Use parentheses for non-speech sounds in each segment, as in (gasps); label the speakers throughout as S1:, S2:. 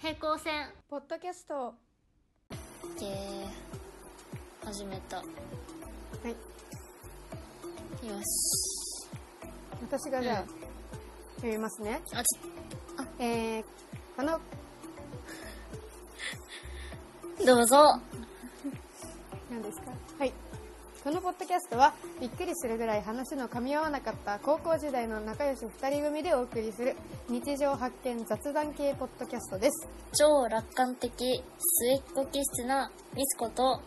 S1: 平行線
S2: ポッドキャスト
S3: で始めた
S2: はい
S3: よし
S2: 私がじゃあ、読みますね
S3: あち
S2: えー、この
S3: どうぞ
S2: 何ですかはいこのポッドキャストはびっくりするぐらい話の噛み合わなかった高校時代の仲良し2人組でお送りする日常発見雑談系ポッドキャストです
S3: 超楽観的末っ子気質なミスコと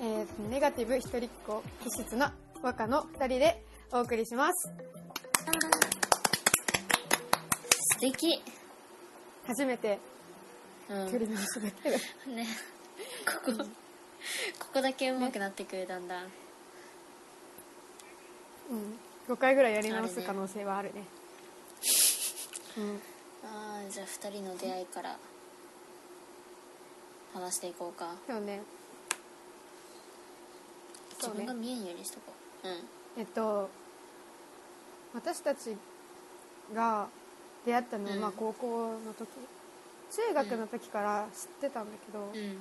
S2: えー、ネガティブ一人っ子気質な若の2人でお送りします
S3: 素敵
S2: 初めて
S3: うん
S2: 取り直しだけど、
S3: ねここここだけ上手くなってくるだんだん
S2: うん、5回ぐらいやり直す可能性はあるね
S3: あーじゃあ2人の出会いから話していこうか
S2: うんでもね
S3: 自
S2: そう
S3: 分
S2: ね
S3: が見えんようにしとこううん
S2: えっと私たちが出会ったのは、
S3: うん
S2: まあ高校の時中学の時から知ってたんだけど、
S3: うん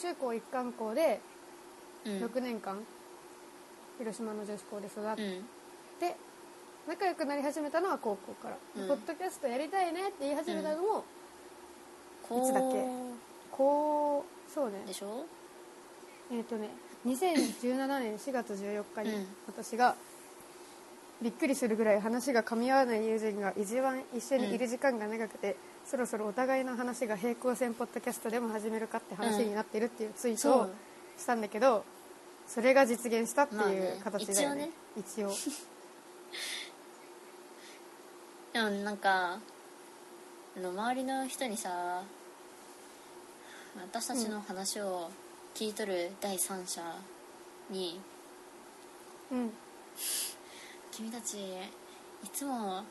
S2: 中高一貫校で
S3: うん
S2: 6年間、広島の女子校で育っ
S3: う
S2: て、
S3: ん
S2: 仲良くなり始めたのは高校から、で
S3: うん
S2: ポッドキャストやりたいねって言い始めたのも、
S3: こう
S2: いつだっこうそうね
S3: でしょ
S2: えっ、とね2017年4月14日に
S3: うん
S2: 私がびっくりするぐらい話が噛み合わない友人が一番一緒にいる時間が長くて、そろそろお互いの話が平行線ポッドキャストでも始めるかって話になってるっていうツイート
S3: う
S2: を
S3: んそう
S2: したんだけどそれが実現したって
S3: まあ
S2: い
S3: ね
S2: う形だよね,、一応
S3: でもなんかあの周りの人にさ私たちの話を聞いとる第三者に
S2: うん
S3: 「君たちいつもお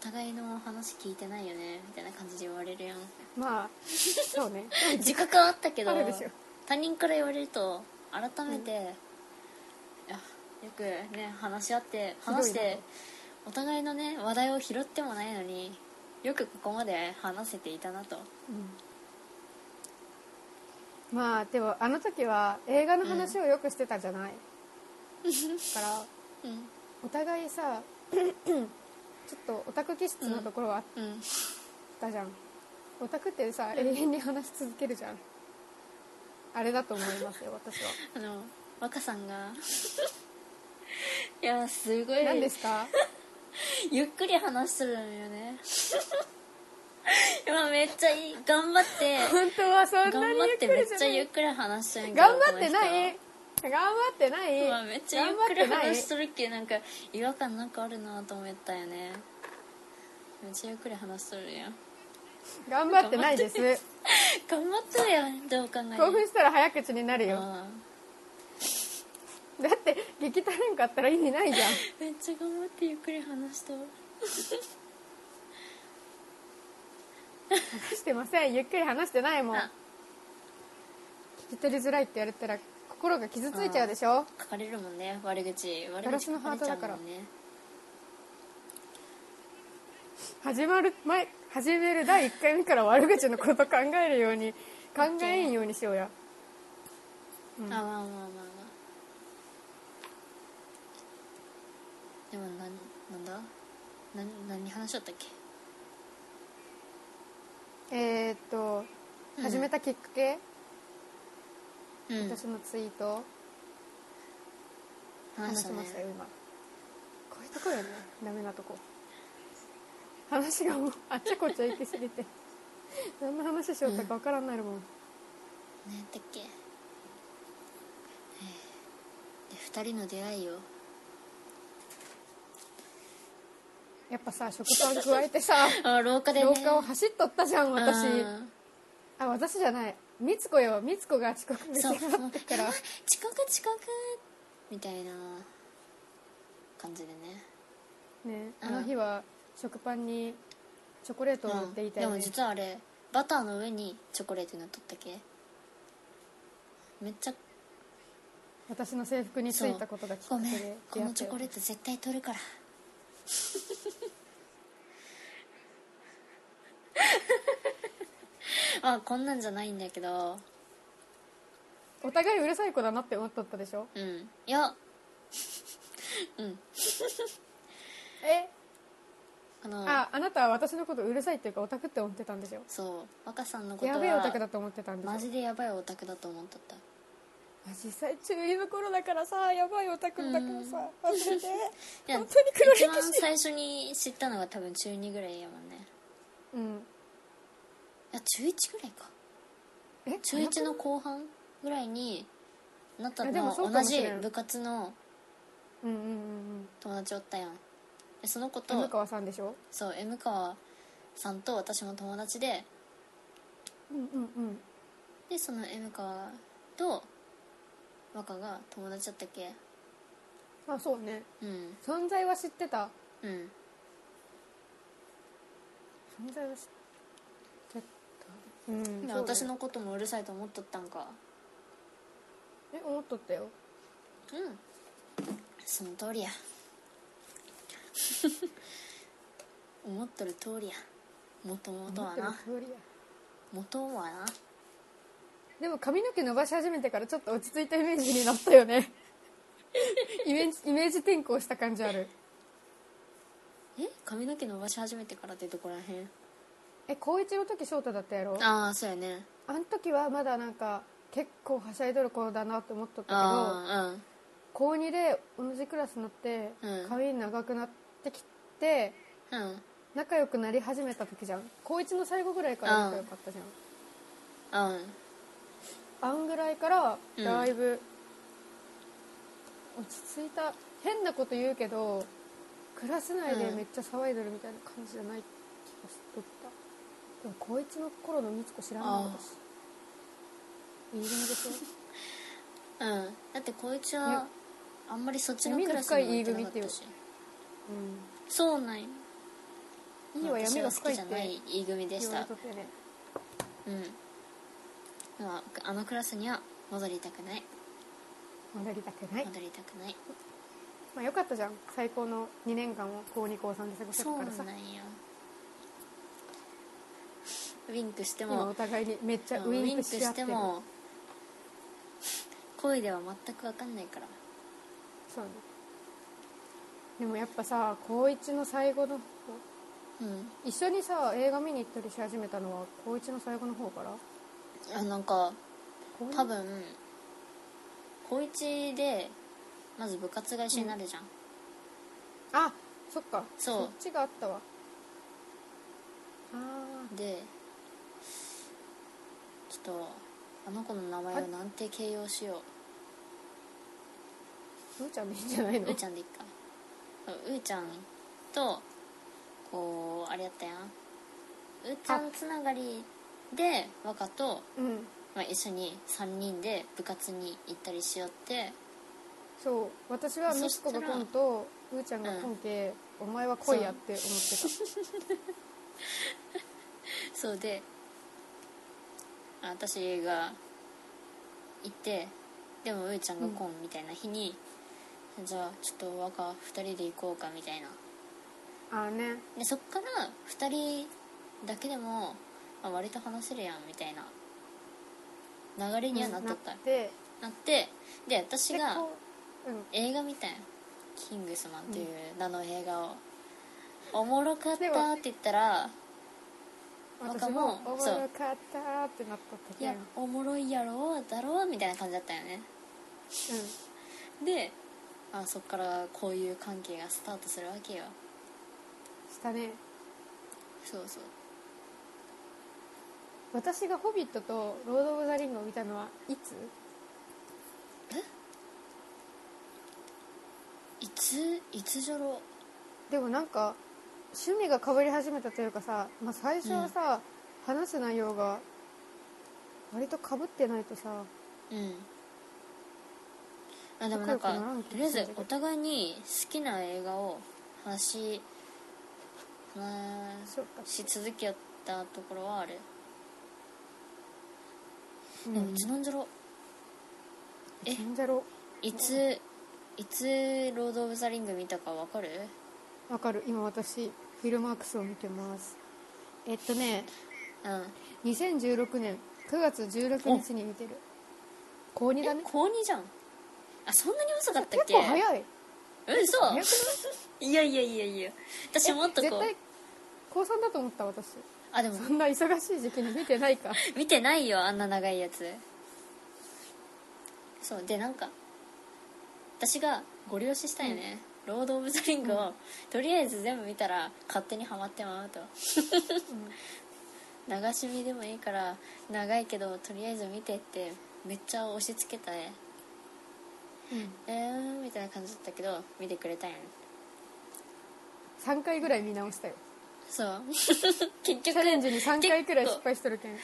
S3: 互いの話聞いてないよね」みたいな感じで言われ
S2: (laughs)
S3: るやん
S2: まあそうね
S3: 自覚はあったけど
S2: あるでしょ
S3: 他人から言われると改めて、いやよくね話し合って
S2: ひどいな
S3: 話してお互いのね話題を拾ってもないのによくここまで話せていたなと。
S2: うんまあでもあの時は映画の話をよくしてたじゃない、だから
S3: うん
S2: お互いさちょっとオタク気質のところはあっ
S3: うん
S2: たじゃん、オタクってさ永遠に話し続けるじゃんあれだと思いますよ私は
S3: あの若さんが (laughs) いやすごい
S2: 何ですか
S3: ゆっくり話してるのよね (laughs) 今めっちゃいい頑張って
S2: 本当はそん
S3: 頑
S2: な
S3: 張
S2: にゆ
S3: っ
S2: っく
S3: てめっ
S2: りじゃ
S3: ちゃ
S2: な
S3: ゆっ
S2: い
S3: くり話してるんけど
S2: 頑張ってない頑張ってない
S3: この人今めっちゃゆっくり
S2: 頑張ってない
S3: 話しとるっけなんか違和感なんかあるなと思ったよねめっちゃゆっくり話しとるやん
S2: 頑張ってないです
S3: 頑張っとるやんどう考えて
S2: 興奮したら早口になるよ
S3: あ
S2: だって激たれんかったら意味ないじゃん
S3: ーめっちゃ頑張ってゆっくり話しとる
S2: 話してませんゆっくり話してないもん
S3: あ
S2: 聞き取りづらいって言われたら心が傷ついちゃうでしょ
S3: 書かれるもんね悪口悪
S2: ガラ
S3: 口
S2: スの
S3: 書か
S2: ハー
S3: れ
S2: ト
S3: ちゃ
S2: だ
S3: う
S2: から
S3: もんね
S2: 始まる前始める第1回目から悪口のこと考えるように考えんようにしようや
S3: あまあまあまあまあでもなんなんだ何何話しちゃったっけ
S2: えー、っと
S3: うん
S2: 始めたきっかけ、
S3: うん
S2: 私のツイート
S3: 話
S2: 話
S3: した
S2: し
S3: ね
S2: ましたよ今こういうとこよねダメなとこ話がもうあっちこっち行きすぎて何の話しよったか分からんなるもん、
S3: 何やったっけえーで2人の出会いを
S2: やっぱさ食パン加えてさ
S3: あ廊下でね
S2: 廊下を走っとったじゃん私
S3: うん
S2: あ私じゃないみつこよみつこが遅刻して
S3: そう
S2: もら
S3: もう
S2: った
S3: や
S2: か
S3: ばい
S2: ら
S3: (laughs) 遅刻遅刻みたいな感じでね
S2: ね、
S3: うん
S2: あの日は食パンにチョコレートを塗っていた
S3: で
S2: よ
S3: も
S2: ね、
S3: 実はあれバターの上にチョコレート塗っとったっけめっちゃ
S2: 私の制服についたことがきっ
S3: ご
S2: かけ
S3: めん
S2: で
S3: この
S2: (laughs)
S3: チョコ
S2: レ
S3: レート絶対取るからあこんなんじゃないんだけど
S2: お互いうるさい子だなって思っとったでしょ
S3: うんいやうん
S2: え
S3: あの
S2: ああなたは私のことうるさいっていうかオタクって思ってたんでしょ
S3: そう若さんのことは
S2: やべえオタクだと思ってたんでしょ
S3: マジでやばいオタクだと思っとった
S2: まあ実際中二の頃だからさやばいオタクだからさ
S3: (laughs)
S2: 忘れて
S3: いや
S2: 本当に黒歴史
S3: 一番最初に知ったのが多分中2ぐらいやもんね
S2: うん
S3: いや中1ぐらいか
S2: え
S3: 中1の後半ぐらいになった
S2: いやで
S3: の
S2: も
S3: は
S2: そう
S3: 同
S2: かもし
S3: じ
S2: れん
S3: 部活の
S2: うんうんうん
S3: 友達おったやんでその子
S2: うん
S3: と
S2: 向川さんでしょ
S3: そう M 川さんと私も友達で
S2: うんうんうん
S3: でその M 川と若が友達だったっけ
S2: まあそうね
S3: うん
S2: 存在は知ってた
S3: うん
S2: 存在は知ってたうんそう
S3: で
S2: だよ
S3: 私のこともうるさいと思っとったんか
S2: え思っとったよ
S3: うんその通りや (laughs) 思っとる通りやもともと
S2: 思
S3: は
S2: ってる
S3: な
S2: 通りや
S3: もとはな
S2: でも髪の毛伸ばし始めてからちょっと落ち着いたイメージになったよね (laughs) イメージイメージ転向した感じある
S3: え髪の毛伸ばし始めてからってどこらへん
S2: え高一の時翔太だったやろ
S3: ああそうやね
S2: あん時はまだなんか結構はしゃいどる子だなって思っとったけど
S3: あ
S2: 高2で同じクラスになって、
S3: うん
S2: 髪長くなってきて
S3: あうんうん
S2: 仲良くなり始めた時じゃん高1の最後ぐらいから仲良かったじゃん、
S3: うん
S2: あんぐらいから
S3: うん
S2: だいぶ落ち着いた、変なこと言うけどクラス内でめっちゃ騒いでるみたいな感じじゃない気がしとったでも高1の頃のみつこ知らなかったしいい組でし
S3: うんだってこいつ
S2: い
S3: は
S2: や
S3: あんまりそっちのクラスにも行ってなかったし
S2: ょ、
S3: そうなんよ
S2: うん、いいわ
S3: 私
S2: 闇
S3: は
S2: が
S3: 好
S2: 深
S3: き
S2: いっ
S3: じゃ
S2: て
S3: ない E 組で
S2: 言
S3: し
S2: われ
S3: た
S2: とったよね
S3: うんまああのクラスには戻りたくない
S2: 戻りたくない、
S3: 戻りたくない
S2: まあ、よかったじゃん最高の2年間を高2高3で過ごせた
S3: そう
S2: か
S3: な
S2: らさ
S3: んやウィンクして
S2: 今
S3: も
S2: お互いにめっちゃ
S3: うん
S2: ウ
S3: ウ
S2: ィ
S3: ィ
S2: ン
S3: ン
S2: ク
S3: ク
S2: し合
S3: し
S2: って
S3: て
S2: る
S3: も恋では全く分かんないから
S2: そうねでもやっぱさ高1の最後の方
S3: うん
S2: 一緒にさ映画見に行ったりし始めたのは高1の最後の方から
S3: あなんか
S2: 高二
S3: 多分高1でまず部活が一緒になるじゃん、
S2: あそっか
S3: そう
S2: っちがあったわあ
S3: でちょっとあの子の名前をなんて形容しよ
S2: ーうーちゃんでいいんじゃないうの
S3: うーちゃんでいっかうーちゃんとこうあれやったやんうーちゃんつながりで若と、
S2: うん
S3: まあ、一緒に3人で部活に行ったりしよって
S2: そう私はみ
S3: そ
S2: つ
S3: した
S2: こ
S3: ら
S2: がコンとうーちゃんがコンけ、お前は恋やって思ってた
S3: そうであ私が行ってでもうーちゃんが来んみたいな日に、じゃあちょっと若2人で行こうかみたいな
S2: (laughs) ああね
S3: でそっから2人だけでも、あ、割と話せるやんみたいな流れにはなっとった、
S2: で
S3: なってで私
S2: で
S3: が
S2: こううん
S3: 映画見たんよキングスマン」という名の映画を、おもろかった
S2: で
S3: ー
S2: も
S3: って言ったら
S2: 私も「おもろかった」ってなった
S3: 「い
S2: 時
S3: やおもろいやろだろ」みたいな感じだったよねであそっからこういう関係がスタートするわけよ
S2: うんしたね
S3: そうそう
S2: 私が「ホビット」と「ロード・オブ・ザ・リング」を見たのはいつ
S3: いついつじょろ
S2: でもなんか趣味が被り始めたというかさ、まあ、最初はさ、話す内容が割と被ってないとさ
S3: うんあでもなんか
S2: 仲良くならん気
S3: とりあえ
S2: がするん
S3: ず
S2: だけど
S3: お互いに好きな映画を話し話
S2: そうか
S3: し続けやったところはある、
S2: う
S3: でもいつなんじゃろえ
S2: なんじゃろ
S3: いついつ「ロード・オブ・ザ・リング」見たかわかる
S2: わかる今私フィルマークスを見てますえっとね
S3: うん
S2: 2016年9月16日に見てる高2だ
S3: え
S2: ね
S3: 高2じゃんあそんなに遅かったっ
S2: 結
S3: け
S2: 構早い
S3: うんそ
S2: 早く
S3: ういやいやいやいや私もっとこ
S2: 絶対
S3: う
S2: 高3だと思った私
S3: あでも
S2: そんな忙しい時期に見てないか
S3: 見てないよあんな長いやつそうでなんか私がご了承したよね、ロード・オブ・ザ・リングを、とりあえず全部見たら勝手にはまってまうと、流し見でもいいから長いけどとりあえず見てってめっちゃ押し付けたね
S2: うん
S3: えーんみたいな感じだったけど見てくれたんやね
S2: 3回ぐらい見直したよ
S3: そう
S2: (laughs)
S3: 結
S2: チ
S3: 局
S2: ャレンジに3回くらい
S3: 結
S2: 失
S3: 構
S2: 敗しとるけんい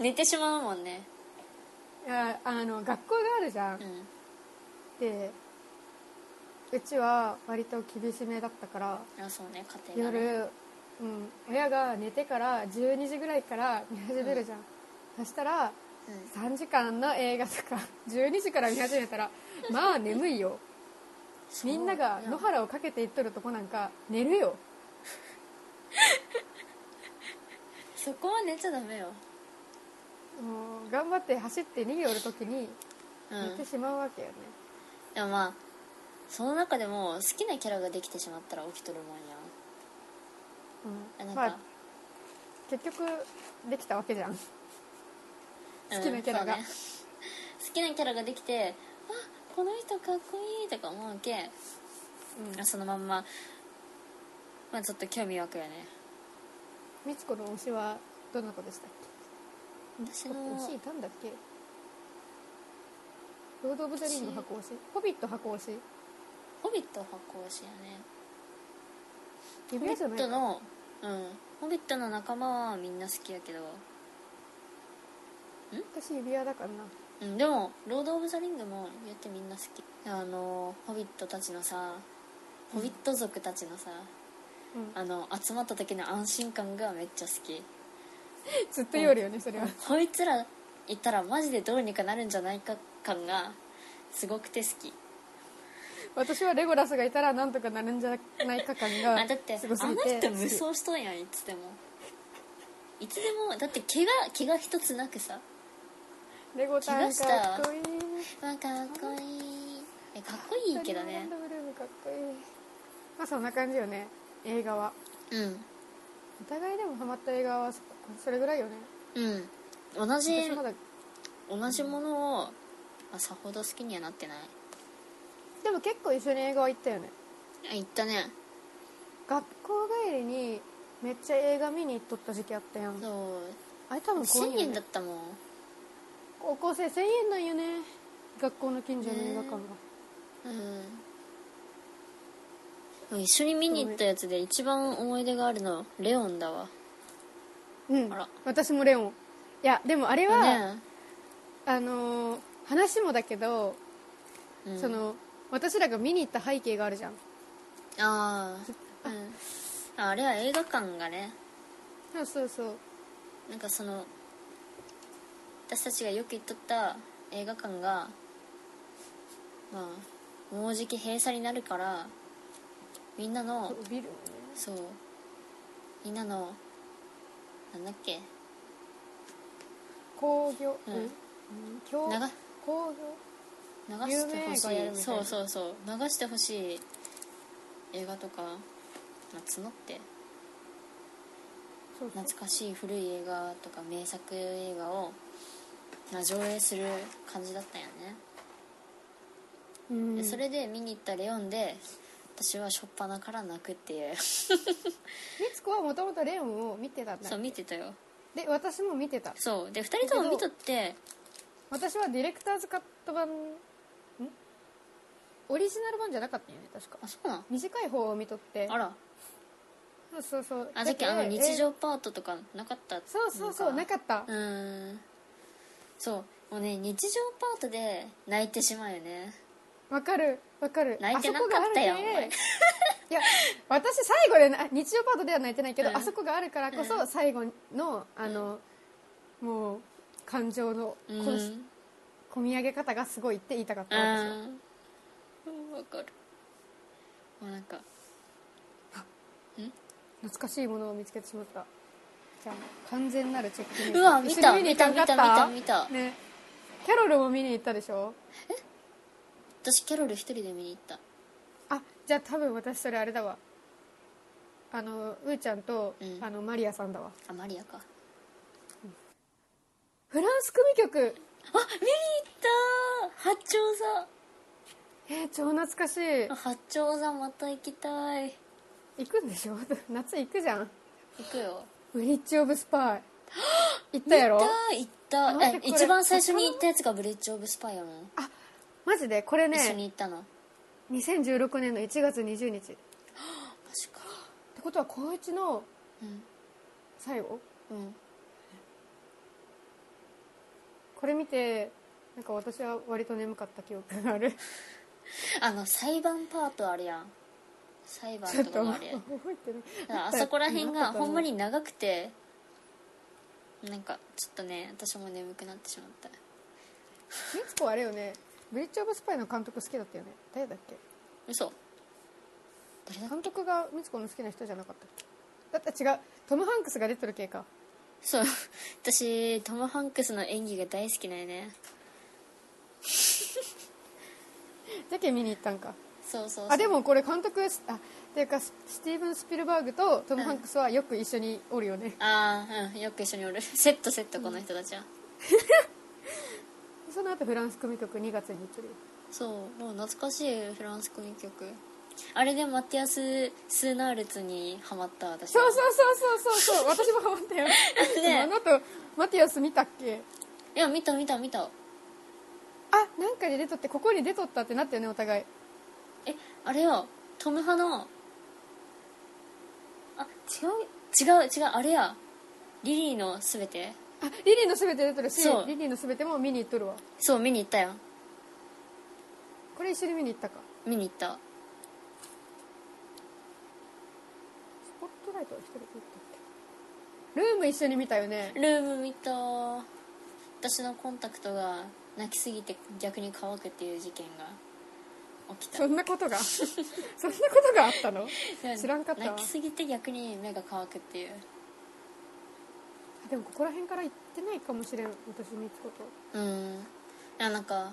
S3: 寝てしまうもんね
S2: やあの学校があるじゃん、
S3: うん
S2: でうちは割と厳しめだったから
S3: あそうね家庭が、ね、
S2: 夜、うん、親が寝てから12時ぐらいから見始めるじゃん、そしたら
S3: う
S2: 3時間の映画とか (laughs) 12時から見始めたらまあ眠いよみんなが
S3: そう
S2: 野原をかけていっとるとこなんか寝るよ
S3: そこは寝ちゃダメよ
S2: もう頑張って走って逃げおる時に
S3: う
S2: 寝
S3: ん
S2: てしまうわけよね、
S3: でもまあその中でも好きなキャラができてしまったら起きとるもんや
S2: う
S3: あ
S2: ん
S3: なんか、
S2: まあ結局できたわけじゃん
S3: うん
S2: 好きなキャラが
S3: そうね (laughs) 好きなキャラができてあこの人かっこいいとか思うけ
S2: うん
S3: そのまんままあちょっと興味湧くよね
S2: みちこの推しはどんな子でしたっ
S3: 私
S2: け
S3: の
S2: 推しいたんだっけロード・オブ・ザ・リング箱推しホビット箱推し
S3: 「ホビット」発行しやね
S2: 指
S3: ホビ
S2: 輪じゃ
S3: ッ
S2: ない
S3: ト
S2: か
S3: のうんホビットの仲間はみんな好きやけど、
S2: 私指輪だからな
S3: うん、でも「ロード・オブ・ザ・リング」も言ってみんな好きあのホビットたちのさホビット族たちのさ、
S2: うん
S3: あの集まった時の安心感がめっちゃ好き
S2: ずっと言おるよねそれは
S3: こいつらいたらマジでどうにかなるんじゃないか感がすごくて好き
S2: 私はレゴラスがいたらなんとかなるんじゃないか感が
S3: あだって
S2: す
S3: あ
S2: ご
S3: の
S2: すぎて
S3: 人無双しとんやんいつでもいつでもだって怪我怪我一つなくさ
S2: レゴタ
S3: 怪
S2: ン
S3: 我し
S2: か
S3: た
S2: っこいい
S3: まあかっこいいえかっこいいけどね
S2: ダイヤモンドブルームかっこいいまあそんな感じよね映画は
S3: うん
S2: お互いでもハマった映画はそそれぐらいよね
S3: うん同じ
S2: 私まだ
S3: 同じものを、まあ、さほど好きにはなってない
S2: でも結構一緒に映画は行ったよね
S3: あ言ったね
S2: 学校帰りにめっちゃ映画見に行っとった時期あったやん
S3: そう
S2: あれ多分高
S3: 1000
S2: 2
S3: 円
S2: よ
S3: だっ
S2: ね
S3: たもん
S2: 高校生1000円なんよね学校の近所の映画館が、
S3: うん一緒に見に行ったやつで一番思い出があるのレオンだわ
S2: うん
S3: あら
S2: 私もレオンいやでもあれは、
S3: ね、
S2: あのー話もだけど、
S3: うん
S2: その私らが見に行った背景があるじゃん
S3: ああ、うん、あれは映画館がね
S2: そうそうそう
S3: なんかその私たちがよく行っとった映画館がまあもうじき閉鎖になるからみんなの
S2: ビルもね
S3: そうみんなのなんだっけ
S2: 工業
S3: うん
S2: うん興
S3: 長
S2: 工業
S3: 流してほし
S2: 有名映画やるみたい
S3: い
S2: な
S3: そうそうそう流してほしい映画とか、まあ、募って
S2: そうそう
S3: 懐かしい古い映画とか名作映画を、まあ、上映する感じだったんやね、
S2: うん
S3: でそれで見に行ったレオンで私は初っ端から泣くっ
S2: (laughs)
S3: ていう
S2: みつこはもともとレオンを見てたんだ
S3: そう見てたよ
S2: で私も見てた
S3: そうで2人とも見とって
S2: 私はディレクターズカット版んオリジナル版じゃなかったよね確か
S3: あそうなん
S2: 短い方を見とって
S3: あら
S2: そうそうそう
S3: あさっき
S2: だ
S3: あ
S2: けど
S3: の日常パートとかなかったのか
S2: そうそうそうなかった
S3: うーんそうもうね日常パートで泣いてしまうよね
S2: わかるわかる
S3: 泣いてなかったやん
S2: あそこ
S3: お
S2: がある
S3: 前
S2: けいや私最後でな日常パートでは泣いてないけど、
S3: うん
S2: あそこがあるからこそ最後のあの、もう感情のこ
S3: うん
S2: の込み上げ方がすごいって言いたかった私は
S3: うんわかるもうなんか
S2: 懐かしいものを見つけてしまったじゃあもう完全なるチェックメイト
S3: うわ見た
S2: 一緒に
S3: 見た
S2: に行か
S3: 見た
S2: んかった
S3: 見た見た
S2: ねキャロルも見に行ったでしょ
S3: 私キャロル一人で見に行った
S2: あじゃあ多分私それあれだわあのうーちゃんと、
S3: うん
S2: あのマリアさんだわ
S3: あマリアかあ
S2: フランス組曲
S3: 見に行った八丁
S2: えー超懐かしい
S3: 座八丁座また行きたい
S2: 行くんでしょ (laughs) 夏行くじゃん
S3: 行くよ
S2: ブリッジ・オブ・ス
S3: (gasps)
S2: パイ行ったやろ
S3: 行った行っ
S2: 待
S3: た
S2: って
S3: え
S2: これ
S3: 一番最初に行ったやつがブリッジ・オブ・スパイやもん、
S2: マジでこれ
S3: 一緒に
S2: ね
S3: 行ったのマ
S2: 2016年の1月20日って
S3: ジか
S2: ことは高一の
S3: うん
S2: 最後
S3: うん
S2: これ見てなんか私は割と眠かった記憶がある
S3: あの裁判パートあるやん裁判
S2: ちょ
S3: と
S2: っと
S3: かも
S2: 覚
S3: あるやん
S2: えてない
S3: だからあそこら辺がほんま
S2: に
S3: に長くてなんかちょっとね私も眠くなってしまった
S2: みつこあれよねブリッジ・オブ・スパイの監督好きだったよね誰だっけ
S3: 嘘誰だ
S2: 監督がみつこの好きな人じゃなかったっけだって違うトム・ハンクスが出てる系か
S3: そう (laughs) 私トム・ハンクスの演技が大好きなんよね
S2: じゃけん見に行ったんか
S3: そうそうそう
S2: あでもこれ監督あっていうかススティーブン・スピルバーグとトム・ハンクスはよく一緒におるよね、
S3: ああうんよく一緒におる (laughs) セットセットこの人たちは、
S2: その後フランス組曲2月に行ってるよ
S3: そうもう懐かしいフランス組曲あれでマティアス・スーナールツにハマった私
S2: そう
S3: は
S2: そうそうそうそうそう私もハマったよ、
S3: ね
S2: あの後マティアス見たっけ
S3: いや見た見た見た
S2: あなんかで出とってここに出とったってなったよねお互い
S3: えあれよトム派のあ違う違う違うあれやリリーのすべて
S2: あリリーのすべて出とるし
S3: そう
S2: リリーのすべても見に行っとるわ
S3: そう見に行ったよ
S2: これ一緒に見に行ったか
S3: 見に行った
S2: スポットライトは一人で行ったっけルーム一緒に見たよね
S3: ルーム見た私のコンタクトが泣きすぎて逆に乾くっていう事件が起きた
S2: そんなことがそんなことがあったの (laughs) 知らんかったわ
S3: 泣きすぎて逆に目が乾くっていう
S2: あでもここら辺から行ってないかもしれん私見つこと
S3: うんいやなんか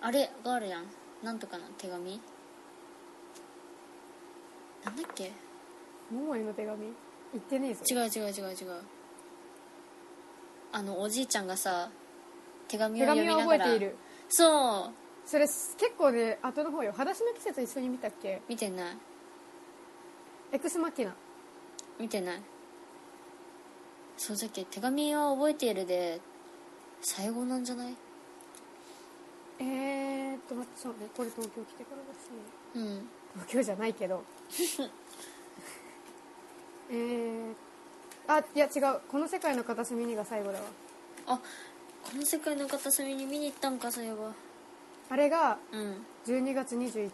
S3: あれがあるやんなんとかの手紙なんだっけ
S2: 桃井の手紙行ってねえぞ
S3: 違う違う違う違うあのおじいちゃんがさ手紙
S2: 手
S3: を読
S2: 紙
S3: みな
S2: は覚
S3: が
S2: え
S3: ら
S2: ている
S3: そう
S2: それ結構ね後の方よ「裸足の季節」一緒に見たっけ
S3: 見てない
S2: エクスマキナ
S3: 見てないそうじゃっけ手紙は覚えているで最後なんじゃない
S2: えーっと待ってそうねこれ東京来てからだし
S3: うん
S2: 東京じゃない
S3: (laughs)
S2: けどえーあいや違う「この世界の片隅に」が最後だわ
S3: あこの世界の片隅に見に行ったんかそういえば
S2: あれが
S3: うん、うん、
S2: 12月21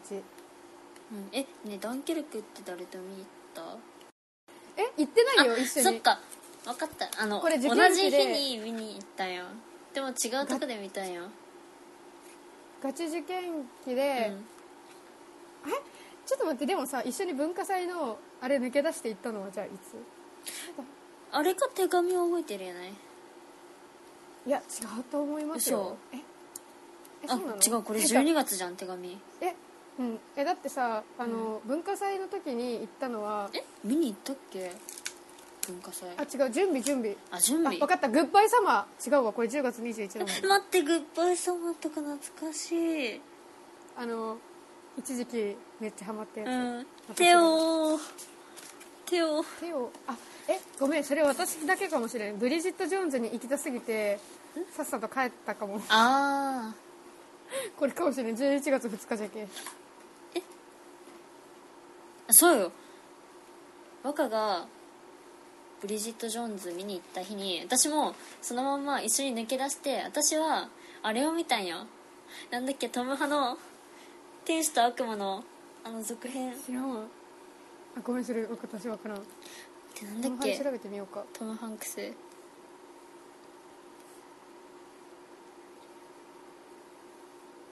S3: えねえダンケルクって誰と見に行った
S2: え行ってないよ
S3: あ
S2: 一緒
S3: そっ
S2: に
S3: か分かったあの
S2: これ受
S3: 同
S2: 験
S3: じ日
S2: 期で
S3: に見に行ったんよでも違うとこで見たんよ、
S2: ガチ受験期
S3: う
S2: で、
S3: ん、
S2: ちょっと待ってでもさ一緒に文化祭のあれ抜け出して行ったのはじゃあい
S3: あれか手紙を覚えてるやない
S2: ついや違うと思いますよええ
S3: あ
S2: そうなの
S3: 違うこれ
S2: てか
S3: 12月じゃん手紙
S2: えうんえだってさあの、文化祭の時に行ったのは
S3: え見に行ったっけ文化祭
S2: あ違う準備準備
S3: あ準
S2: あ
S3: 備
S2: 分かったグッバイサマー違うわこれ10月21日だもん
S3: (laughs) 待ってグッバイ様とか懐かしい、
S2: あの一時期めっちゃハマったやつ、
S3: うん、
S2: 私
S3: 手を手を
S2: 手をあえごめんそれ私だけかもしれんブリジット・ジョーンズに行きたすぎてさっさと帰ったかも (laughs)
S3: ああ
S2: これかもしれん11月2日じゃけ
S3: そうよ若がブリジット・ジョーンズ見に行った日に私もそのまんま一緒に抜け出して私はあれを見たんよなんだっけトム・ハの「天使と悪魔の」あの続編っ
S2: 知らんわあごめんそれ私分からん
S3: てなんだ
S2: こ
S3: っ
S2: の
S3: け
S2: 話調べてみようか
S3: トム・ハンクス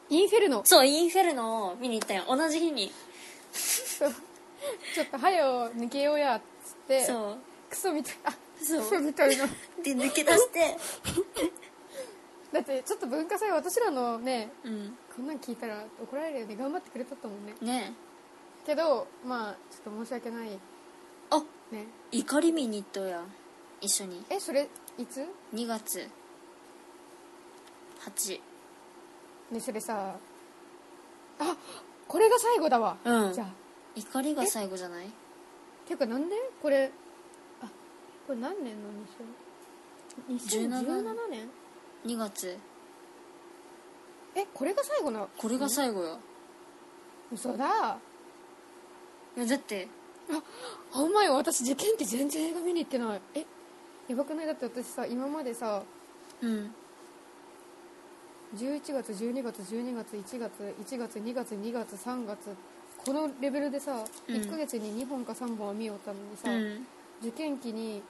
S2: インフェルノ
S3: そうインフェルノを見に行ったんよ同じ日に
S2: ちょっと早よ抜けようやっつって
S3: そう
S2: ククソみたいな
S3: そう
S2: クソみたいな
S3: で抜け出して
S2: だってちょっと文化祭私らのね
S3: (laughs) うん
S2: こんなん聞いたら怒られるよね頑張ってくれとったもんね
S3: ね
S2: けどまあちょっと申し訳ないね
S3: えあ怒り見に行っとうやん一緒に
S2: えそれいつ
S3: 2月8
S2: ねそれさあこれが最後だわ、
S3: うん
S2: じゃあ
S3: 怒りが最後じゃない
S2: ていうかなんでこれあこれ何年の2017
S3: 17
S2: 2017年
S3: 2月
S2: えこれが最後な
S3: これが最後よ
S2: 嘘だ
S3: いやだって
S2: ほんまよ私受験って全然映画見に行ってないえやばくないだって私さ今までさ
S3: うん
S2: 11月12月12月1月1月2月2月3月このレベルでさ、
S3: うん
S2: 1ヶ月に2本か3本は見よったのにさ、
S3: うん
S2: 受験期に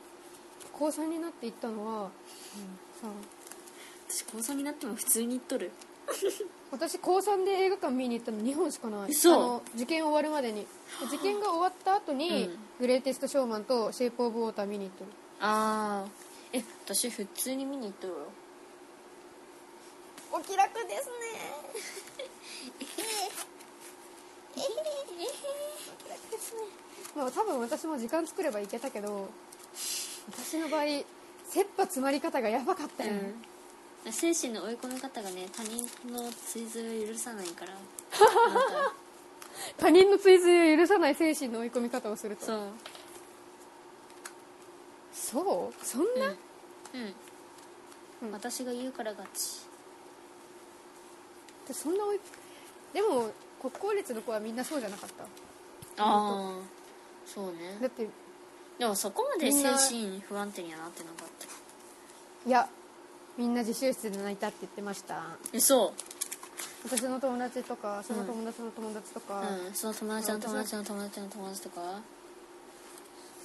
S2: 高3になって行ったのは、うんさ
S3: 私高3になっても普通に行っとる
S2: 私高3で映画館見に行ったの2本しかない
S3: 嘘
S2: あの受験終わるまでに受験が終わった後に、
S3: うん
S2: グレイテストショーマンとシェイプ・オブ・ウォーター見に行ってる
S3: ああえ私普通に見に行っとるよ
S2: お気楽ですねまあ多分私も時間作ればいけたけど私の場合切羽詰まり方がやばかったよ、ね
S3: うん精神の追い込み方がね他人の追随を許さない
S2: (laughs)
S3: からあな
S2: 他人の追随を許さない精神の追い込み方をする
S3: た
S2: と
S3: そう
S2: そうそんな、
S3: うん、
S2: うん
S3: 私が言うから勝ち
S2: でそんな追いでも国公立の子はみんなそうじゃなかった
S3: ああそう
S2: だ
S3: ね
S2: って
S3: でもそこまで
S2: みん
S3: 精
S2: な
S3: 神不安定にはなってなかった
S2: いやみんな自習室で泣いたって言ってました
S3: えそ
S2: 私の友達とかその友達の友達とか、
S3: う、うん、その友達の友達の友達の友達とか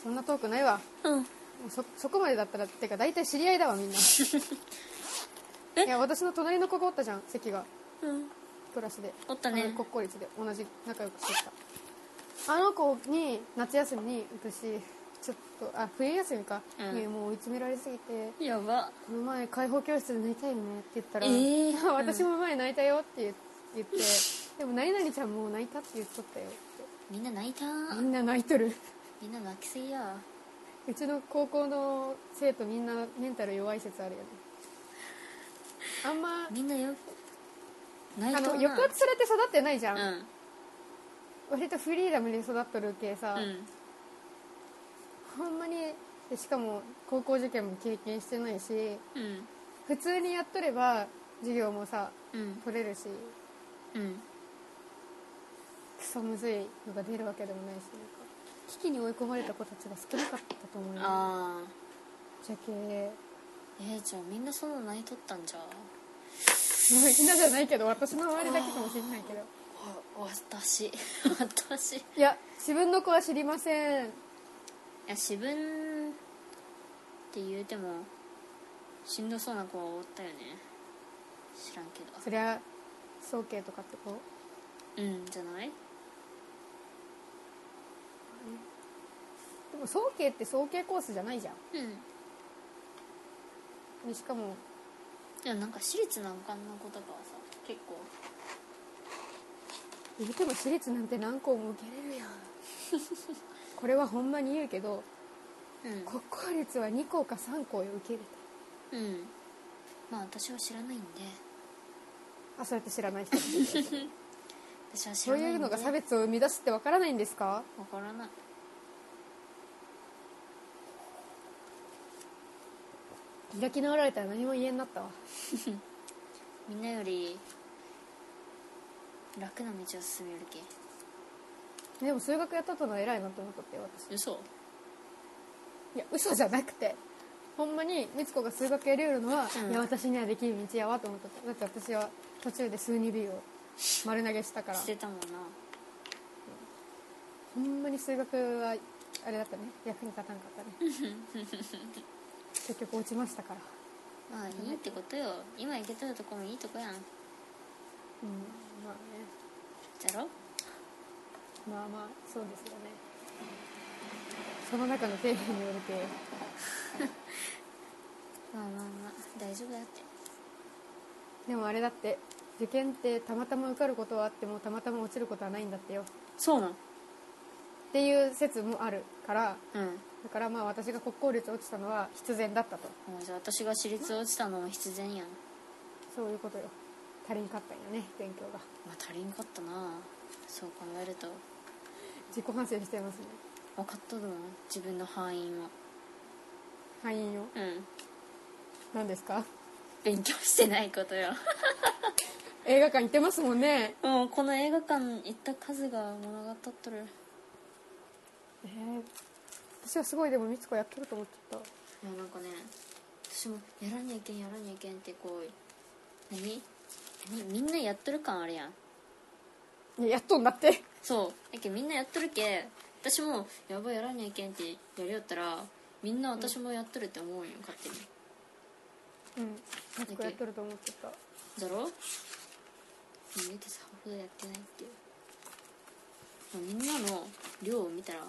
S2: そんな遠くないわ
S3: うん
S2: もうそそこまでだったらってか大体知り合いだわ
S3: (laughs)
S2: みんないや私の隣の子がおったじゃん席が
S3: うん
S2: クラスで
S3: おったね
S2: あの国公立で同じ仲良くしてたあの子に夏休みに私ちょっとあ冬休みか、
S3: うん
S2: にもう追い詰められすぎて
S3: やば
S2: この前解放教室で泣いたよねって言ったら、
S3: えー
S2: (laughs) 私も前泣いたよって言言ってでも何々ちゃんもう泣いたって言っとったよっ
S3: みんな泣いた
S2: てみんな泣いとる
S3: みんな泣きすぎや
S2: うちの高校の生徒みんなメンタル弱い説あるよねあんま
S3: みんなよ泣い
S2: あ
S3: た
S2: の
S3: な
S2: 抑圧されて育ってないじゃん、
S3: うん
S2: 割とフリーダムで育っとる系さ、
S3: うん
S2: ほんまにでしかも高校受験も経験してないし
S3: うん
S2: 普通にやっとれば授業もさ
S3: うん
S2: 取れるし
S3: うん
S2: クソむずいのが出るわけでもないしなんか危機に追い込まれた子たちが少なかったと思うよ
S3: ああ
S2: じゃけ
S3: えー、じゃあみんなそんな泣いとったんじゃ
S2: みんなじゃないけど私の周りだけかもしれないけど
S3: わ私 (laughs) 私い
S2: いや自分の子は知りません
S3: や自分って言うてもしんどそうな子はおったよね知らんけ
S2: そりゃ早慶とかって子
S3: どうんじゃない
S2: でも早慶って早慶コースじゃないじゃん
S3: うん
S2: でしかも
S3: でもなんか私立難関の子とかはさ結構
S2: 言うても私立なんて何校も受けれるやん (laughs) これはほんまに言うけど
S3: うん
S2: 国公立は2校か3校よ受け入れ
S3: うんまあ私は知らないんで
S2: たあそうや (laughs) って知らない人
S3: 私は知
S2: そう
S3: らないいんで
S2: うのが差別を生み出すってわからないんですか
S3: わからない
S2: 開き直られたら何も言えんなったわ
S3: みんなより楽な道を進めるけ
S2: でも数学やっとったのは偉いなと思っとって私
S3: 嘘
S2: いや嘘じゃなくてほんまにみつ子が数学やりうるのは、
S3: うん
S2: いや私にはできる道やわと思っとっただって私は途中で数二 B を丸投げしたから
S3: 捨てたもんな
S2: ほんまに数学はあれだったね役に立たんかったね結局落ちましたから、
S3: まあいいってことよ今行けとるとこもいいとこやん
S2: うん、まあ
S3: じゃろ
S2: ねまあまあそうですよねその中の丁寧に言われて
S3: まあまあまあ大丈夫だって
S2: でもあれだって受験ってたまたま受かることはあってもたまたま落ちることはないんだってよ
S3: そうなん
S2: っていう説もあるから
S3: うん
S2: だからまあ私が国公立落ちたのは必然だったと
S3: もうじゃあ私が私立落ちたのも必然やん
S2: そういうことよ足りんかったんよね勉強が
S3: まあ足りんかったなそう考えると
S2: 自己反省してますね
S3: 分かっとるの自分の範囲を
S2: 敗因よ
S3: うん
S2: 何ですか
S3: 勉強してないこと (laughs) よ
S2: 映画館行ってますもんね
S3: もうこの映画館行った数が物語っとる
S2: えー私はすごいでもみつこやってると思っちゃっ
S3: いやなんかね私もやらにゃいけんやらにゃいけんってこう何何みんなやっとる感あるやん
S2: たいややっとんだって
S3: そうだけどみんなやっとるけ私もやばいやらにゃいけんってやりよったらみんな私もやっとるって思うんよ勝手に
S2: うんみつこやっとると思っちゃった
S3: だろ見てさほどやってないっていうもうみんなの量を見たら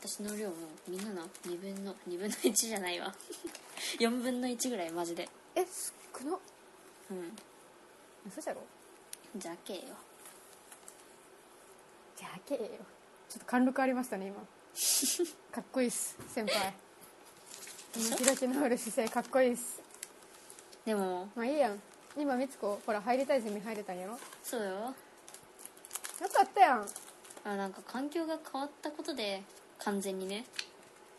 S3: 私の量もみんなの2分の2分の1じゃないわ (laughs) 4分の1ぐらいマジで
S2: え少な
S3: うん
S2: 嘘じゃろ
S3: じゃけえよ
S2: じゃあけえよちょっと貫禄ありましたね今かっこいいっす先輩開き直る姿勢かっこいいっす
S3: でも
S2: まあいいやん今みつこほら入りたいゼミ入れたんやろよ
S3: そうよ
S2: かったやん
S3: あなんか環境が変わったことで完全にね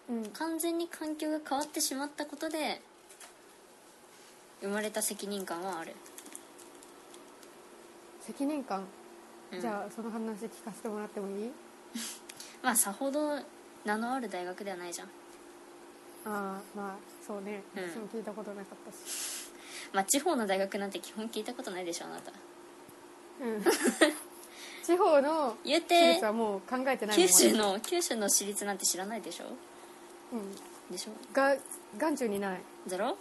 S2: うん
S3: 完全に環境が変わってしまったことで生まれた責任感はある
S2: 責任感、
S3: うん
S2: じゃあその話聞かせてもらってもいい
S3: まあさほど名のある大学ではないじゃん
S2: ああまあそうね
S3: うん
S2: 私も聞いたことなかったし
S3: まあ地方の大学なんて基本聞いたことないでしょあなた
S2: うん
S3: (laughs)
S2: 地方の
S3: 言う
S2: 私
S3: て
S2: 立はもう考えてないも
S3: 九
S2: ん
S3: 州の九州の私立なんて知らないでしょ
S2: うん
S3: でしょ
S2: が眼中にない
S3: だろ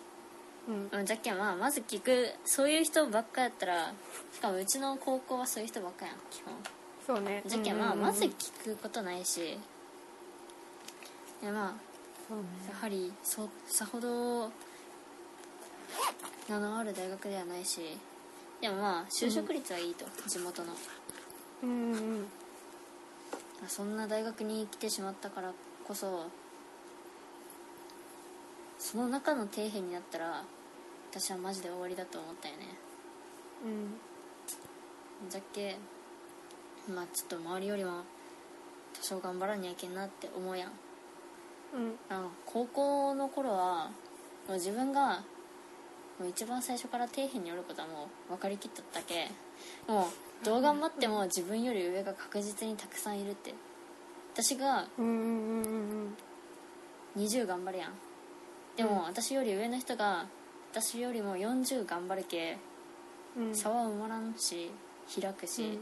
S2: うん
S3: うんじゃっけんまあまず聞くそういう人ばっかやったらしかもうちの高校はそういう人ばっかやん基本
S2: そうね
S3: じゃっけん
S2: うんうん
S3: ま
S2: う
S3: あ
S2: ん
S3: まず聞くことないしでまあ
S2: そうね
S3: やはりそさほど名のある大学ではないしでもまあ就職率はいいと、地元の
S2: うんうん
S3: まあそんな大学に来てしまったからこそその中の底辺になったら私はマジで終わりだと思ったよね
S2: うん
S3: じゃっけまあちょっと周りよりも多少頑張らにゃいけんなって思うやん
S2: うん
S3: あの高校の頃はもう自分がもう一番最初から底辺におることはもう分かりきっとったけもうどう頑張っても自分より上が確実にたくさんいるって私が
S2: うんうんうんうん
S3: 20頑張るやんでも私より上の人が私よりも40頑張るけ
S2: うんうん
S3: 差は埋まらんし開くし、
S2: うん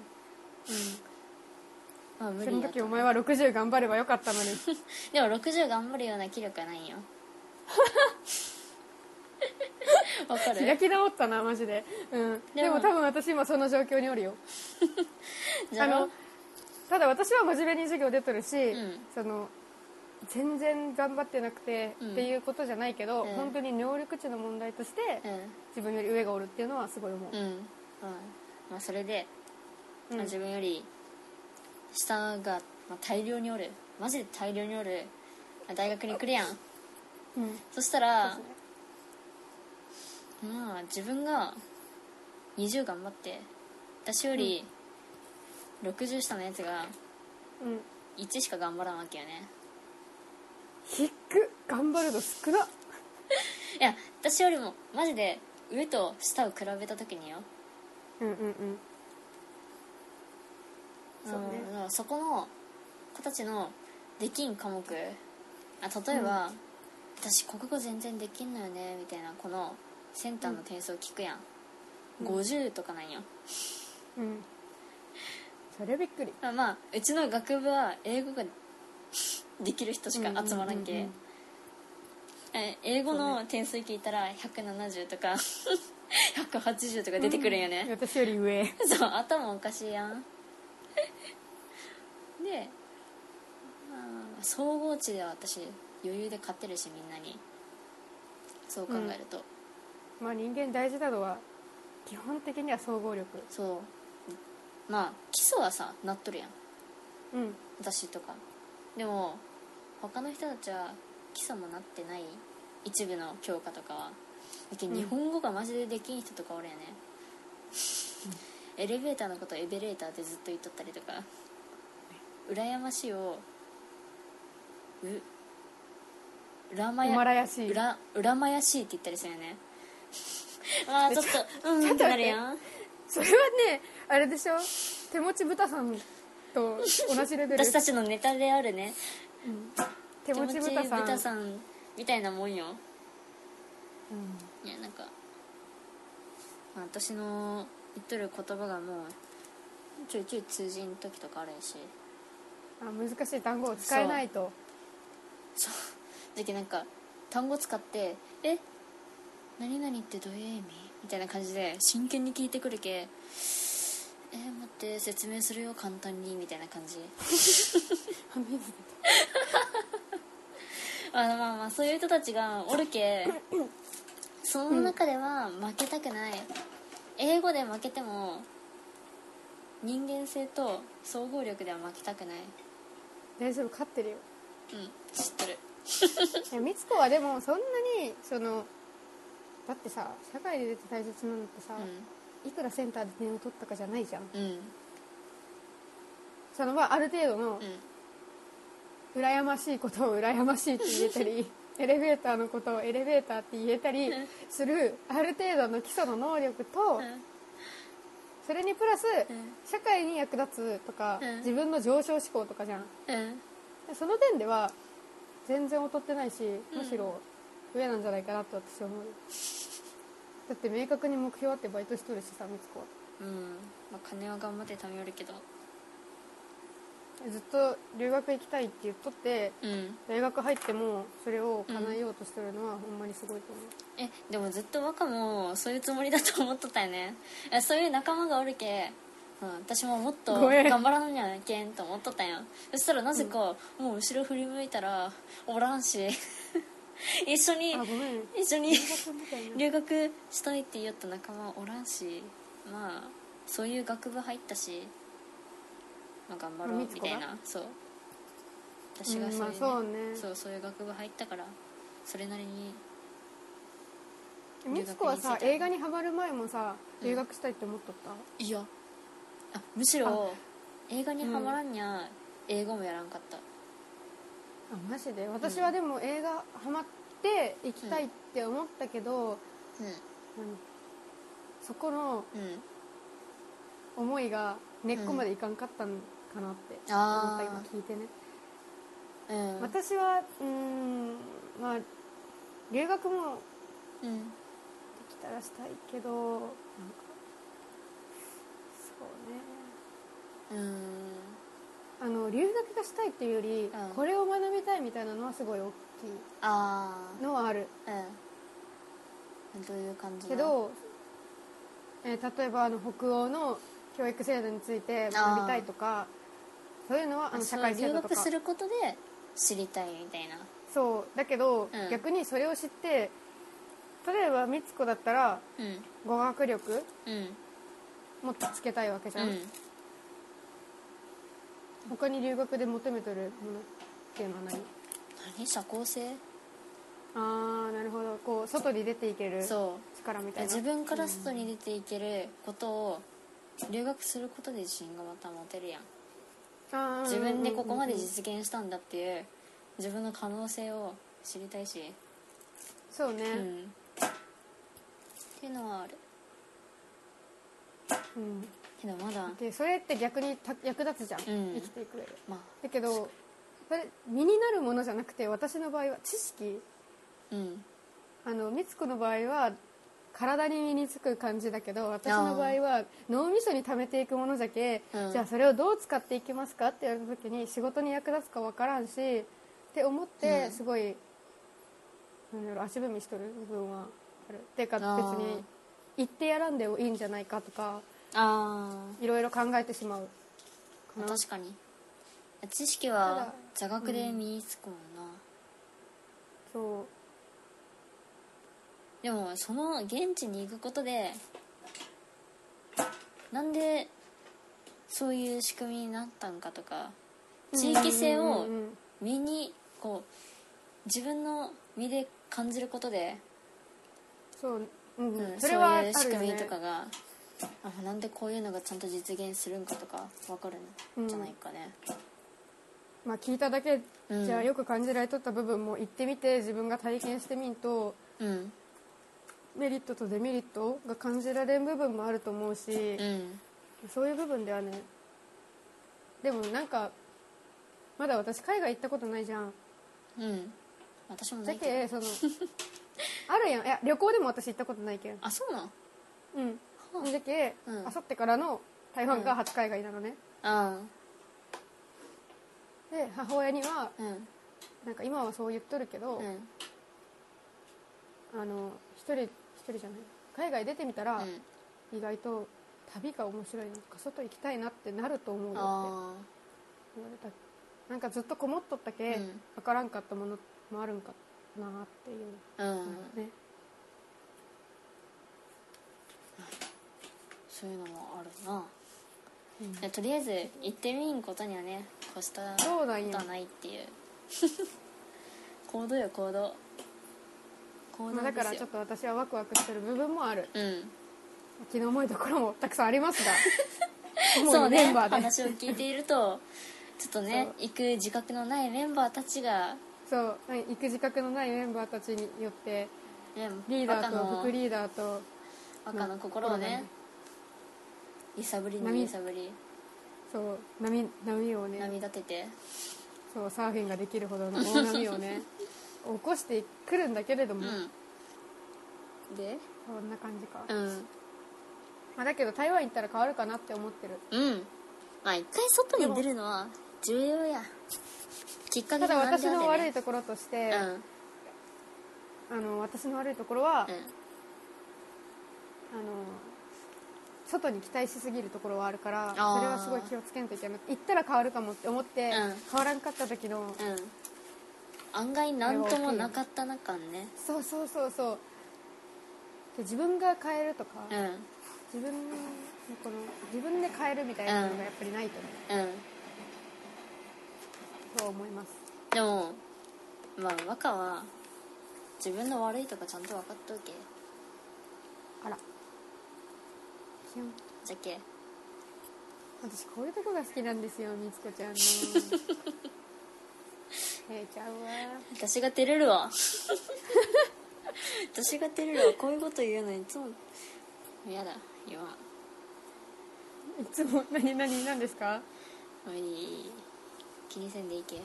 S3: まあ無
S2: その
S3: 理や
S2: 時
S3: と
S2: お前は60頑張ればよかったのに
S3: でも60頑張るような気力はないん
S2: (laughs)
S3: よわか
S2: 開
S3: る
S2: き直ったなマジでうん
S3: でも
S2: でも多分私今その状況におるよ
S3: じゃ
S2: あ
S3: ろ
S2: のただ私は真面目に授業出とるし、
S3: ん
S2: その全然頑張ってなくて、
S3: うん
S2: っていうことじゃないけど、
S3: うん
S2: 本当に能力値の問題として、
S3: う
S2: 自分より上がおるっていうのはすごい思う、
S3: んうん、うん、まあそれで、
S2: うん
S3: まあ自分より下が、まあ、大量におるマジで大量におる、まあ大学に来るやん
S2: うん
S3: そしたらまあ自分が20頑張って私より60下のやつが
S2: うん
S3: 1しか頑張らんわけよね
S2: ひっく頑張るの少ない
S3: や私よりもマジで上と下を比べた時によ
S2: うんうんうんそうね
S3: うんだからそこの子たちのできん科目あ例えば、私国語全然できんのよねみたいなこのセンターの点数を聞くやん、
S2: うん
S3: 50とかなんよ
S2: うんそれびっくり
S3: まあまあうちの学部は英語ができる人しか集まらんけ、
S2: うんうんうん
S3: え英語の点数聞いたら170とか (laughs) 180とか出てくるんよね、
S2: 私より上
S3: (laughs) そう頭おかしいやんであー総合値では私余裕で勝てるしみんなにそう考えると、
S2: まあ人間大事なのは基本的には総合力
S3: そうまあ基礎はさなっとるやん
S2: うん
S3: 私とかでも他の人たちは基礎もなってない一部の教科とかはだけど
S2: うん
S3: 日本語がマジでできん人とかおるよね、エレベーターのことエベレーターってずっと言っとったりとか羨ましいをう裏ま
S2: おま
S3: や
S2: らやしい
S3: 裏裏まやしいって言ったりするよ
S2: (laughs)
S3: ねまあちょっとうん
S2: ちょっと待って
S3: ってなるやん
S2: それはねあれでしょ手持ち豚さんと同じレベル
S3: 私たちのネタであるね
S2: 手持ち豚さん
S3: 豚さんみたいなもんよ
S2: うん
S3: いやなんか、まあ私の言っとる言葉がもうちょいちょい通じん時とかあるし
S2: あ難しい単語を使えないと
S3: そうだけどなんか単語使って「え何々ってどういう意味?」みたいな感じで真剣に聞いてくるけ「え待って説明するよ簡単に」みたいな感じ
S2: (laughs)
S3: あのまあまあそういう人たちがおるけその中では負けたくない、英語で負けても人間性と総合力では負けたくない
S2: 大丈夫勝ってるよ
S3: うん知ってる
S2: いや美津子はでもそんなにそのだってさ社会で出て大切なのってさ、いくらセンターで点を取ったかじゃないじゃん
S3: うんうん
S2: そのまあある程度の
S3: うん
S2: 羨ましいことを羨ましいって言えた (laughs) りエレベーターのことをエレベーターって言えたりするある程度の基礎の能力と
S3: うん
S2: それにプラス
S3: うん
S2: 社会に役立つとか
S3: うん
S2: 自分の上昇志向とかじゃん
S3: うん
S2: その点では全然劣ってないしむしろ上なんじゃないかなと私は思うだって明確に目標あってバイトしとるしさみつこは
S3: うん、まあ、金は頑張って貯めよるけど
S2: ずっと留学行きたいって言っとって
S3: うん
S2: 大学入ってもそれを叶えようとしてるのはほんまにすごいと思う、
S3: えでもずっと若もそういうつもりだと思っとったよねえそういう仲間がおるけ、うん、私ももっと
S2: ごめん
S3: 頑張らなきゃいけんと思っとったんよそしたらなぜか、もう後ろ振り向いたらおらんし (laughs) 一緒に
S2: あごめん
S3: 一緒に (laughs)
S2: 留学みたいな
S3: 留学したいって言った仲間おらんしまあそういう学部入ったし、まあ、頑張ろうみ
S2: みつ
S3: た
S2: こが
S3: いなそう私が
S2: うん
S3: そう
S2: ま
S3: い
S2: あ
S3: う,、
S2: そうね
S3: そうそういう学部入ったからそれなりに
S2: みつこは
S3: 留学
S2: さ
S3: について
S2: 映画にハマる前もさ留学したいって思っとった、
S3: いやあむしろ映画にハマらんにゃ、英語もやらんかった
S2: あマジで私はでも映画ハマって行きたいって思ったけど、
S3: う
S2: 何そこの
S3: んうん
S2: 思いが根っこまでいかんかったんかなって
S3: うんあ
S2: 思
S3: ー
S2: った今聞いてね、
S3: うん
S2: 私はうーんまあ留学も
S3: うん
S2: できたらしたいけどなんかそうね
S3: うん
S2: あの留学がしたいっていうより、
S3: うん
S2: これを学びたいみたいなのはすごい大き
S3: あ
S2: いのはある
S3: あうんどういう感じだ
S2: けど、えー例えばあの北欧の教育制度について学びたいとかそういうのはあ
S3: あ
S2: の
S3: そ
S2: 社
S3: う
S2: 会制
S3: 留
S2: 度と
S3: 学
S2: か
S3: することで知りたいみたいな
S2: そうだけど、
S3: うん
S2: 逆にそれを知って例えば美津子だったら
S3: うん
S2: 語学力
S3: うん
S2: もっとつけたいわけじゃん、
S3: うん
S2: 他に留学で求めとるものっていうのは何
S3: 何社交性
S2: あーなるほどこう外に出ていける
S3: そ
S2: 力み
S3: う
S2: たいな
S3: 自分から外に出ていけることを留学することで自信がまた持てるやん
S2: あー
S3: 自分でここまで
S2: うんうんうん
S3: 実現したんだっていう自分の可能性を知りたいし
S2: そうね、
S3: うんっていうのはある
S2: うん
S3: けどまだ
S2: でそれって逆にた役立つじゃん、
S3: うん
S2: 生きていく上で
S3: まあ
S2: だけどそれ身になるものじゃなくて私の場合は知識
S3: うん
S2: あの美津子の場合は体に身につく感じだけど私の場合は脳みそに溜めていくものじゃけ、
S3: うん
S2: じゃあそれをどう使っていきますかって言われた時に仕事に役立つか分からんしって思っ
S3: う
S2: て
S3: ん
S2: すごい、なんだろう足踏みしとる部分はあるていうか
S3: あ
S2: 別
S3: ー
S2: に行ってやらんでもいいんじゃないかとか
S3: あ
S2: いろいろ考えてしまう
S3: あ
S2: かな
S3: 確かに知識
S2: た
S3: は
S2: だ
S3: 座学で身につくもんな、
S2: そう
S3: でもその現地に行くことでなんでそういう仕組みになったんかとか地域性を
S2: うんうんうん
S3: 身にこう自分の身で感じることで、
S2: そう、うん
S3: うん
S2: それはあ
S3: そう
S2: る
S3: い
S2: よ
S3: う仕組
S2: ね
S3: みとかがあなんでこういうのがちゃんと実現するんかとか分かるんじゃないかね、
S2: まあ、聞いただけじゃ
S3: うん
S2: よく感じられとった部分も行ってみて自分が体験してみんと
S3: うん、うん
S2: メリットとデメリットが感じられん部分もあると思うし、そういう部分ではねでもなんかまだ私海外行ったことないじゃん
S3: うん私もな
S2: だ
S3: いけど
S2: けそのあるやんいや旅行でも私行ったことないけん
S3: あそうなん
S2: うんだけ
S3: うん
S2: あさってからの台湾が初海外なのね、
S3: あ
S2: で母親には
S3: あうん
S2: なんか今はそう言っとるけど、
S3: うん
S2: あの一人一人じゃない海外出てみたら、
S3: うん
S2: 意外と旅が面白いなんか外行きたいなってなると思うよって
S3: あ
S2: 言われたなんかずっとこもっとった
S3: う
S2: け、わ
S3: ん
S2: 分からんかったものもあるんかなっていう
S3: あうん
S2: ね、
S3: そういうのもあるな
S2: うん
S3: でとりあえず行ってみんことにはね越したこ
S2: そうなん
S3: と
S2: や
S3: はないっていう (laughs) 行動よ行動行
S2: ま
S3: 動
S2: あ、
S3: ですよ、
S2: だからちょっと私はワクワクしてる部分もある
S3: うん
S2: 気の重いところもたくさんあります
S3: (laughs)
S2: が
S3: そう
S2: 主にメ
S3: ね
S2: ンバーで
S3: 話を聞いている
S2: (laughs)
S3: とちょっとね行く自覚のないメンバーたちが、
S2: そう行く自覚のないメンバーたちによって
S3: ね、
S2: リーダー
S3: バカ
S2: と
S3: の
S2: 副リーダーと
S3: 赤の心をね揺さぶりに
S2: 波
S3: 揺さぶり
S2: そう波波をね
S3: 波立てて
S2: そうサーフィンができるほどの大波
S3: (laughs)
S2: をね起こしてくるんだけれども、
S3: うんで
S2: そんな感じか、
S3: うん
S2: まあ、だけど台湾行ったら変わるかなって思ってる
S3: うんまあ一回外に出るのは重要やきっかけ
S2: た
S3: と
S2: だ
S3: な
S2: 私の悪い
S3: と
S2: ところとして、
S3: うん
S2: あの私の悪いところは、あの
S3: う
S2: 外に期待しすぎるところはあるからそ
S3: ー
S2: れはすごい気をつけんといけない行ったら変わるかもって思っ
S3: う
S2: て、
S3: ん
S2: 変わらんかった時の、
S3: んうん案外何ともなかったな感ね
S2: そうそうそうそうで自分が変えるとか、
S3: うんうん
S2: 自分のこの自分で変えるみたいなのがやっぱりないとね、そう思います
S3: でもまあ若は自分の悪いとかちゃんと分かっとるけ
S2: あらキュン
S3: じゃけ
S2: 私こういうとこが好きなんですよみつこちゃん
S3: (laughs)
S2: の照れちゃうわ
S3: 私が照れるわ私が照れるわこういうこと言うのいつも嫌だ言わん
S2: いつも何何何ですか
S3: 無理気にせんでいいけ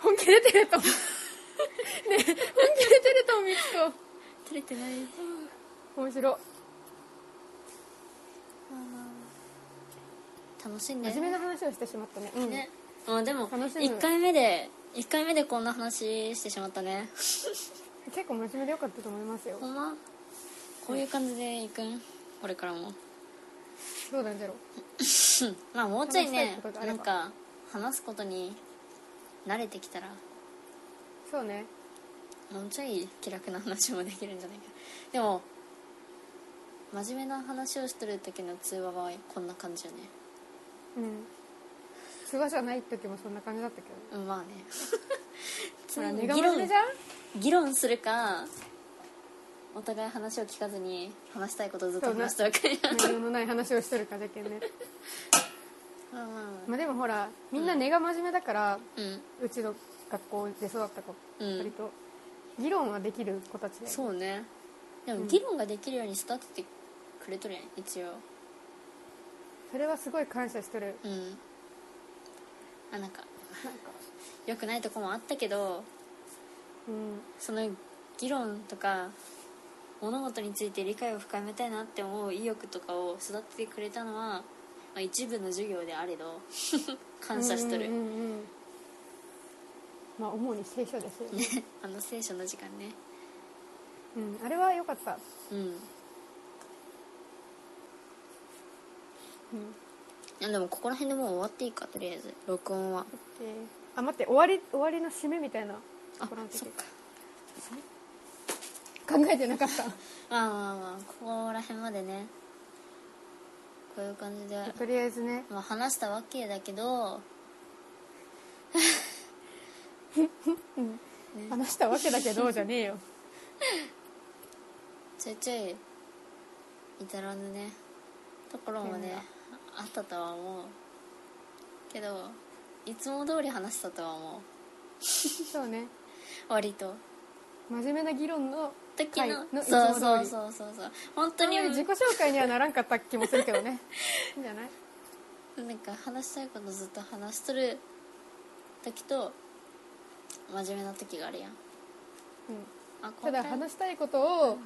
S2: 本気で照れとんねえ本気で照れとんみつ
S3: 照れてない
S2: こ面白
S3: 楽しんで
S2: 真面目な話をしてしまったね,、うん、
S3: ねもうでも
S2: 楽しむ
S3: 1回目で1回目でこんな話してしまったね
S2: 結構真面目でよかったと思いますよ
S3: ほんまこういう感じでいくんこれからも
S2: どうなんじゃろう
S3: まあもうちょい
S2: 話し
S3: ね
S2: たいことがあれ
S3: な
S2: ば
S3: んか話すことに慣れてきたら
S2: そうね
S3: もうちょい気楽な話もできるんじゃないかでも真面目な話をしてる時の通話はこんな感じよね
S2: うん通話じゃない時もそんな感じだったけど
S3: うんまあね
S2: (laughs) ほら根が
S3: 議
S2: 真面目
S3: 論
S2: じゃん
S3: 議論するかお互い話を聞かずに話したいことをずっと話してるかや
S2: 内容のない話をしてるかだけんね
S3: (laughs) まあまあまあ
S2: まあでもほらみんな根が真面目だから、
S3: うん
S2: うちの学校で育った子、
S3: うん
S2: 割と議論はできる子たちで
S3: そうねでも議論ができるように育ててくれとるやん一応
S2: それはすごい感謝してる
S3: うんあなんか
S2: なんか
S3: 良くないとこもあったけど
S2: うん
S3: その議論とか物事について理解を深めたいなって思う意欲とかを育ててくれたのは、まあ、一部の授業であれど (laughs) 感謝しとる、
S2: うんうんうんうんまあ主に聖書ですよ、
S3: (laughs) あの聖書の時間ね
S2: うん、あれは良かった、
S3: うん
S2: うん、
S3: やでもここら辺でもう終わっていいかとりあえず録音は
S2: であ待って終わり終わりの締めみたいな
S3: あ
S2: ところの時
S3: そっか
S2: 考えてなかった
S3: まあまあまあここら辺までねこういう感じで、 (laughs)
S2: とりあえずね
S3: まあ、話したわけだけど
S2: 話したわけだけどじゃねえよ
S3: ちょいちょい至らぬねところもねあったとは思うけどいつも通り話したとは思う
S2: そうね
S3: 割と
S2: 真面目な議論の
S3: 時
S2: 回
S3: の、
S2: のいつ
S3: そう
S2: も
S3: そう
S2: 通り
S3: そうそうそう本当
S2: 本当
S3: に
S2: に自己紹介にはならんかった気もするけどねいいんじゃない
S3: なんか話したいことずっと話しとる時と真面目な時があるやん
S2: うん
S3: あ
S2: ただ
S3: 今回
S2: 話したいことを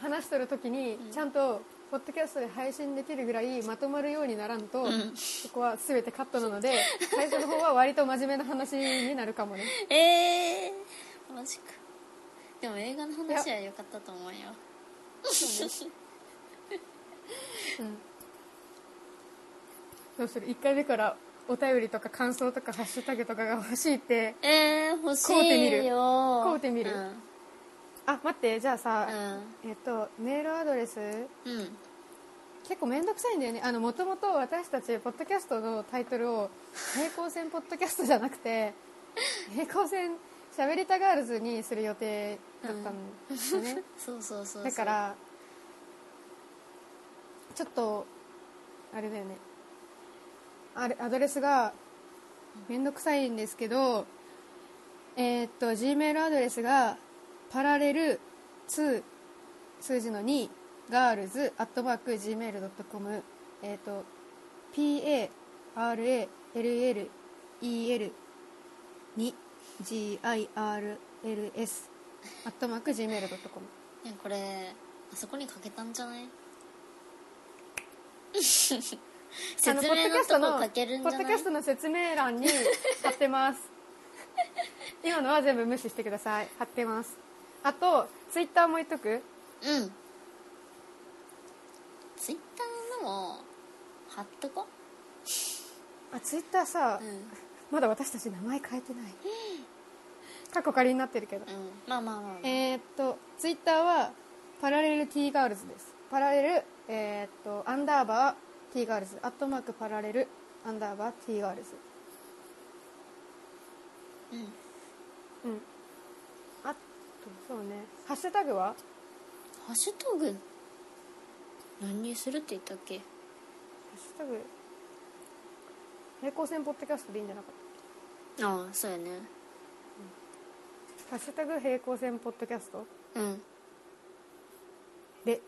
S2: 話しとる時にちゃんとポッドキャストで配信できるぐらいまとまるようにならんと、そこは全てカットなので最初の方は割と真面目な話になるかもね
S3: えー、マジかでも映画の話は良かったと思うよ
S2: どうする1回目からお便りとか感想とかハッシュタグとかが欲しいって
S3: えー、欲しいよ
S2: 買うてみる
S3: う
S2: 買うてみる
S3: ん
S2: あ待ってじゃあさ、
S3: う
S2: えっとメールアドレス
S3: うん、
S2: 結構面倒くさいんだよねあのもともと私たちポッドキャストのタイトルを平行線ポッドキャストじゃなくて平行線しゃべりたガールズにする予定だったんですね、
S3: そうそうそうそう
S2: だからちょっとあれだよねあれアドレスが面倒くさいんですけどえーっと Gmail アドレスがパラレル2数字の2ガールズアットマーク Gmail.com えーっと PARALLEL2GIRLS アットマーク Gmail.com
S3: いやこれあそこにかけたんじ
S2: (laughs)
S3: ゃない説
S2: あのポッ
S3: 明
S2: ドキャ
S3: の
S2: スト
S3: と
S2: の
S3: こかけるんじゃ
S2: ポッド
S3: な
S2: キャ
S3: い
S2: ストの説明欄
S3: (laughs)
S2: に貼ってます今のは全部無視してください貼ってますあとツイッターも言っとく
S3: うんツイッターのも貼っとこ
S2: あツイッターさ、
S3: うん、うん、
S2: まだ私たち名前変えてない過去仮になってるけど、
S3: まあまあまあ、
S2: えーっとツイッターはパラレル T ガールズですパラレルえーっとアンダーバー T ガールズアットマークパラレルアンダーバー T ガールズ
S3: うん
S2: うんあとそうねハッシュタグは
S3: ハッシュタグ何にするって言ったっけ
S2: ハッシュタグ平行線ポッドキャストでいいんじゃなかっ
S3: ああそうやね
S2: たハッシュタグ平行線ポッドキャスト
S3: うん
S2: で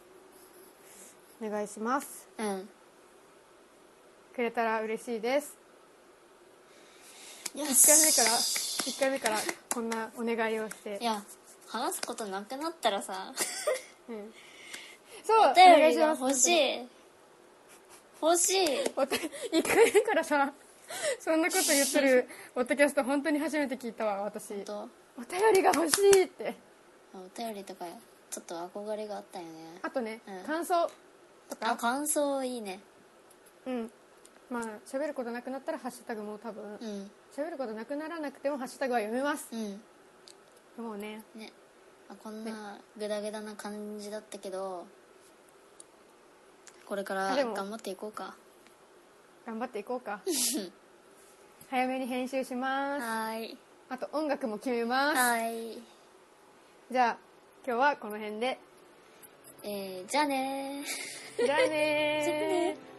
S2: お願いします
S3: うん
S2: くれたら嬉しいです
S3: よ
S2: 1回目から1回目からこんなお願いをして
S3: いや話すことなくなったらさ
S2: うん、そう
S3: お便りが
S2: (laughs) お願
S3: 欲しい
S2: い
S3: 欲しい
S2: 1回目からさそんなこと言っ
S3: (laughs)
S2: てるポッドキャスト本当に初めて聞いたわ私お
S3: 本当
S2: 便りが欲しいって
S3: お便りとかちょっと憧れがあったよね
S2: あとね、
S3: うん
S2: 感想と
S3: あ
S2: か
S3: 感想いいね
S2: うんまあ喋ることなくなったらハッシュタグも多分、
S3: うん
S2: 喋ることなくならなくてもハッシュタグは読めます
S3: うん
S2: もうね
S3: ねあこんなグダグダな感じだったけどこれから
S2: あでも
S3: 頑張っていこうか
S2: 頑張っていこうか早めに編集し
S3: は
S2: ます
S3: ーい
S2: あと音楽も決めます
S3: はーい
S2: じゃあ今日はこの辺で
S3: えー、じゃあねー
S2: じゃあねー
S3: じゃあね